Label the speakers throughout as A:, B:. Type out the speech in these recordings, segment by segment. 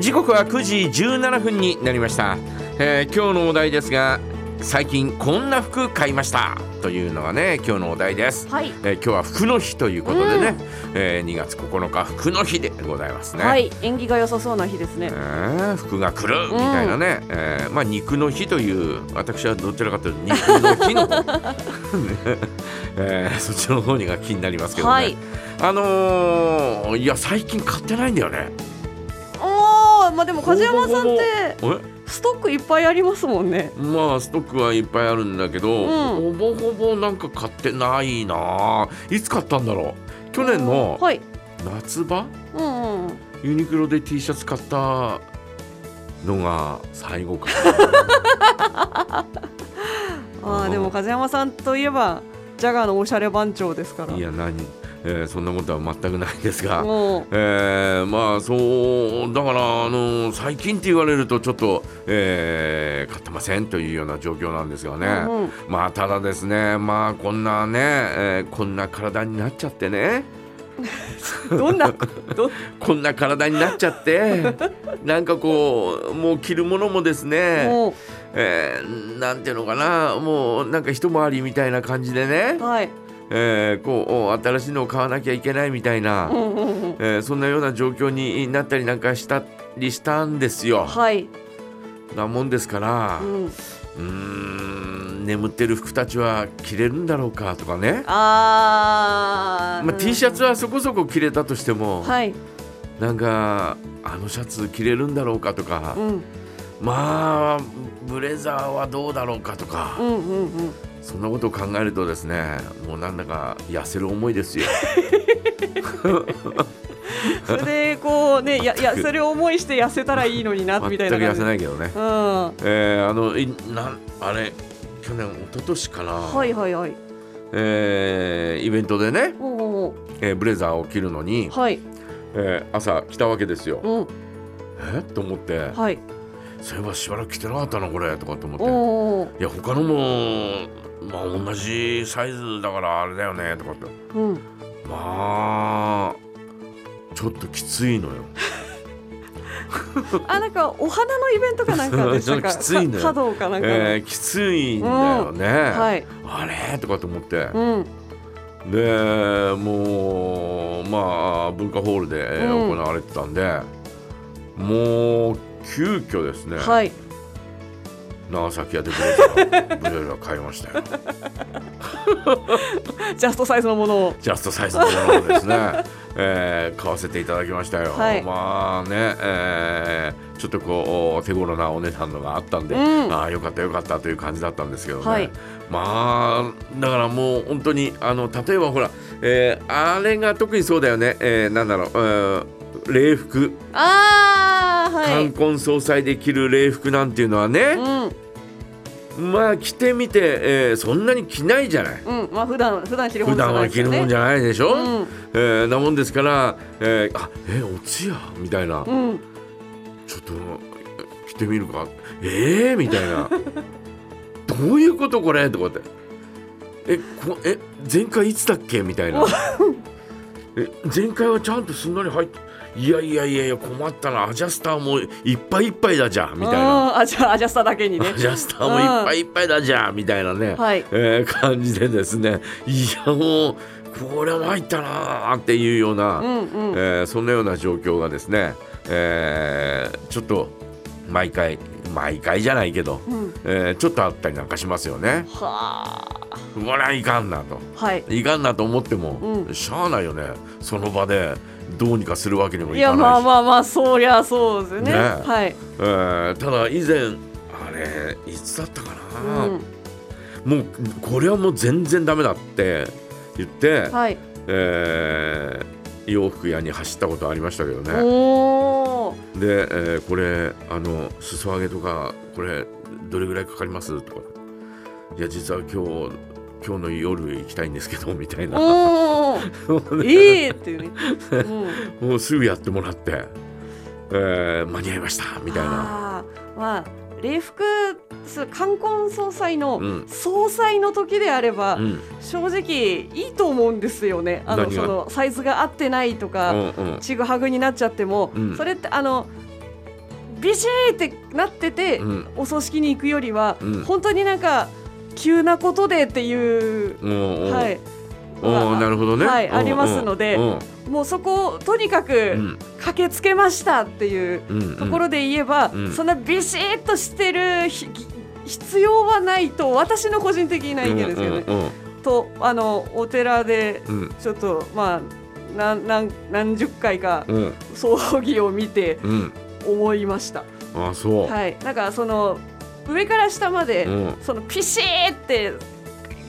A: 時刻は9時17分になりました、えー、今日のお題ですが最近こんな服買いましたというのがね今日のお題です、
B: はい、
A: えー、今日は服の日ということでね、うん、えー、2月9日服の日でございますね
B: はい縁起が良さそうな日ですね、え
A: ー、服が来るみたいなね、うん、えー、まあ肉の日という私はどちらかというと肉の日の方、 えー、そっちの方にが気になりますけどね、はい、あのいや最近買ってないんだよね
B: おまあでも梶山さんってストックいっぱいありますもんね
A: まあストックはいっぱいあるんだけど、うん、ほぼほぼなんか買ってないないつ買ったんだろう去年の夏場、
B: うん、はい、
A: ユニクロで T シャツ買ったのが最後 か
B: ああでも風山さんといえばジャガーのおしゃれ番長ですから
A: いや何えー、そんなことは全くないですが、えー、まあそうだから、あのー、最近って言われるとちょっと、えー、買ってませんというような状況なんですがね、うん、まあただですねまあこんなね、えー、こんな体になっちゃってね
B: どんな
A: こんな体になっちゃってなんかこうもう着るものもですね、えー、なんていうのかなもうなんか一回りみたいな感じでね、
B: はい
A: えー、こう新しいのを買わなきゃいけないみたいな、えー、そんなような状況になったりなんかしたりしたんですよ。
B: はい、
A: なもんですから、うん、ん、眠ってる服たちは着れるんだろうかとかね
B: あ、
A: まあ、T シャツはそこそこ着れたとしても、
B: はい、
A: なんかあのシャツ着れるんだろうかとか、
B: うん、
A: まあブレザーはどうだろうかとか。
B: うんうんうん
A: そんなことを考えるとですね、もうなんだか痩せる思いですよ。
B: それでこうねや やそれを思いして痩せたらいいのにな みたいな。
A: 痩せないけどね。うん、えー、あのいなんあれ去年一昨年かな。
B: はいはいはい。
A: えー、イベントでね、
B: おお
A: えー、ブレザーを着るのに、
B: はい
A: えー、朝来たわけですよ。
B: うん、
A: えー、と思って、
B: はい、
A: そういえばしばらく着てなかったなこれとかと思って、いや他のもまあ同じサイズだからあれだよねとかって、
B: うん、
A: まあちょっときついのよ
B: あなんかお花のイベントかなんかでしたか
A: きついのよ
B: 華道かなんか、
A: えー、きついんだよね、うん
B: はい、
A: あれとかと思って、
B: うん、
A: でもうまあ文化ホールで行われてたんで、もう急遽ですね、
B: はい
A: 長崎屋でブレザーブレザー買いましたよ
B: ジャストサイズのものを
A: ジャストサイズのものをですね、 えー、買わせていただきましたよ、
B: はい、
A: まあね、えー、ちょっとこう手頃なお値段のがあったんで、うん、ああよかったよかったという感じだったんですけどね、
B: はい、
A: まあだからもう本当にあの例えばほら、えー、あれが特にそうだよね、えー、なんだろう、えー礼服
B: あ、はい、
A: 冠婚葬祭で着る礼服なんていうのはね、
B: うん、
A: まあ着てみて、えー、そんなに着ないじゃない、
B: うんまあ、普段普段着る、
A: もんじゃない、ね、普段は着るもんじゃないでしょ、うんえー、なもんですから、えー、あえー、おつやみたいな、
B: うん、
A: ちょっと着てみるかええー、みたいな どういうことこれとかってえこえ前回いつだっけみたい なえ前回はちゃんとすんなり入っていやいやいやいや困ったなアジャスターもいっぱいいっぱいだじゃみたいな
B: あじゃアジャスターだけにね
A: アジャスターもいっぱいいっぱいだじゃみたいなね、
B: はい
A: えー、感じでですねいやもうこれは入ったなーっていうような、
B: うんうん、
A: えー、そんなような状況がですね、えー、ちょっと毎回毎回じゃないけど、
B: うん、
A: えー、ちょっとあったりなんかしますよね。
B: はあ
A: これはいかんなと、
B: はい、
A: いかんなと思っても、
B: うん、
A: しゃあないよねその場でどうにかするわけにもいかない
B: いやまあまあまあそりゃそうですよね、ね、はい、
A: えー、ただ以前あれいつだったかな、うん、もうこれはもう全然ダメだって言って、
B: はい、
A: えー、洋服屋に走ったことありましたけどねで、えー、これあの裾上げとかこれどれぐらいかかりますとかいや実は今日今日の夜行きたいんですけどみたいな
B: ええっていうね、
A: うん、もうすぐやってもらって、えー、間に合いましたみたいな
B: まあ礼服冠婚葬祭の総裁の時であれば、
A: うん、
B: 正直いいと思うんですよねあのそのサイズが合ってないとか、
A: うんうん、
B: ちぐはぐになっちゃっても、
A: うん、
B: それってあのビシーってなってて、
A: うん
B: お葬式に行くよりは、
A: うん
B: 本当になんか急なことでっていう、
A: うんうん
B: はい、
A: おーなるほどね。
B: はい
A: うん
B: ありますので
A: うん
B: もうそこをとにかく駆けつけましたっていう
A: うんうん
B: ところで言えば、
A: うん
B: そんなビシッとしてるひ必要はないと私の個人的な意見ですけどね。
A: うんうん
B: とあのお寺で
A: うん
B: ちょっとまあなんなん何十回か
A: うん
B: 葬儀を見て
A: うん
B: 思いました。
A: うんあそう。
B: はい、なんかその上から下まで、
A: うん
B: そのピシーって、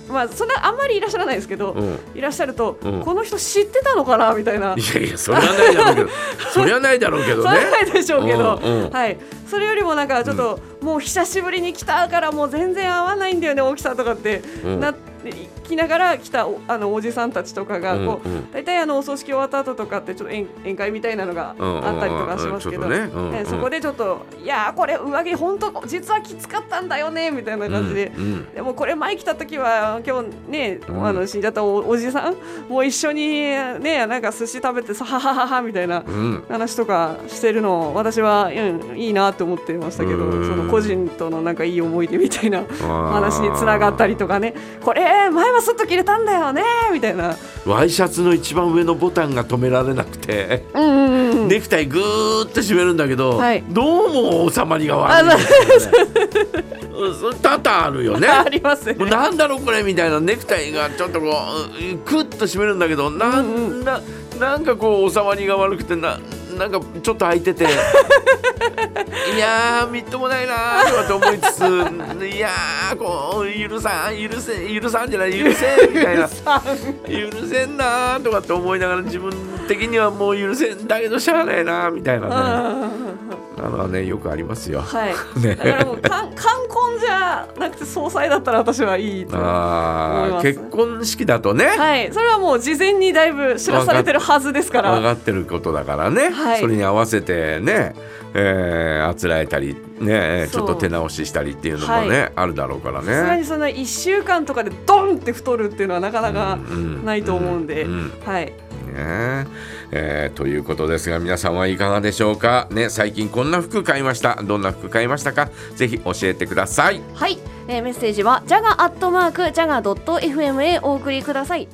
B: まあ、そんなあんまりいらっしゃらないですけど、
A: うん
B: いらっしゃると、
A: うん
B: この人知ってたのかなみたいな、
A: いやいやそれはないだろうけ どそれはないだろうけ
B: そ
A: ど
B: う
A: ね。
B: ないでしょうけど、
A: うんうん
B: はい、それよりもなんかちょっと、もう久しぶりに来たからもう全然合わないんだよね大きさんとかって、
A: うん
B: な来ながら来たおあのおじさんたちとかがこう、
A: うんうん
B: 大体あのお葬式終わった後とかってちょっと宴宴会みたいなのがあったりとかしますけど、
A: うんうんうんちょっとねうん
B: ね
A: うん
B: そこでちょっと「いやーこれ上着本当実はきつかったんだよね」みたいな感じで。
A: うんうん
B: でもこれ前来た時は今日ね、
A: うん
B: あの死んじゃったおおじさんも一緒にねなんか寿司食べてさははははみたいな
A: うん
B: 話とかしてるの私は、うん、いいなと思ってましたけど
A: うん
B: その個人とのなんかいい思い出みたいな
A: あー
B: 話につながったりとかねこれ前はすっと切れたんだよねみたいな。
A: ワイシャツの一番上のボタンが止められなくて、
B: うんうんうんうん
A: ネクタイぐーって締めるんだけど、
B: はい
A: どうも収まりが悪いんですよね、うんそれ多々あるよね
B: あります
A: もう
B: ね。
A: なんだろうこれみたいなネクタイがちょっとこううんクッと締めるんだけどなん,、
B: うんう
A: ななんかこう収まりが悪くてななんかちょっと開いてていやーみっともないなーとかと思いつついやーこう許さん許せ許さんじゃない許せみたいな許せんなーとかって思いながら自分的にはもう許せんだけどしゃあないなーみたいなね
B: は
A: あのねよくありますよ。
B: い。だからもう冠 冠婚じゃなくて総裁だったら私はいいと。は思い
A: あー
B: ます
A: 結婚式だとね、
B: い。それはもう事前にだいぶ知らされてるはずですか
A: 上
B: ら。
A: がってることだからね、
B: はい
A: それに合わせてね、えーあつらえたりねち
B: そ
A: ょ
B: う
A: っと手直ししたりっていうのもね、あるだろうから
B: さすが
A: ね
B: に。そんな一週間とかでドンって太るっていうのはなかなかないと思うんで
A: う。ん
B: はい。
A: ねえーということですが皆さんはいかがでしょうか、ね、最近こんな服買いましたどんな服買いましたかぜひ教えてください。
C: はい、えーメッセージはジャガアットマークジャガドット FM へお送りください。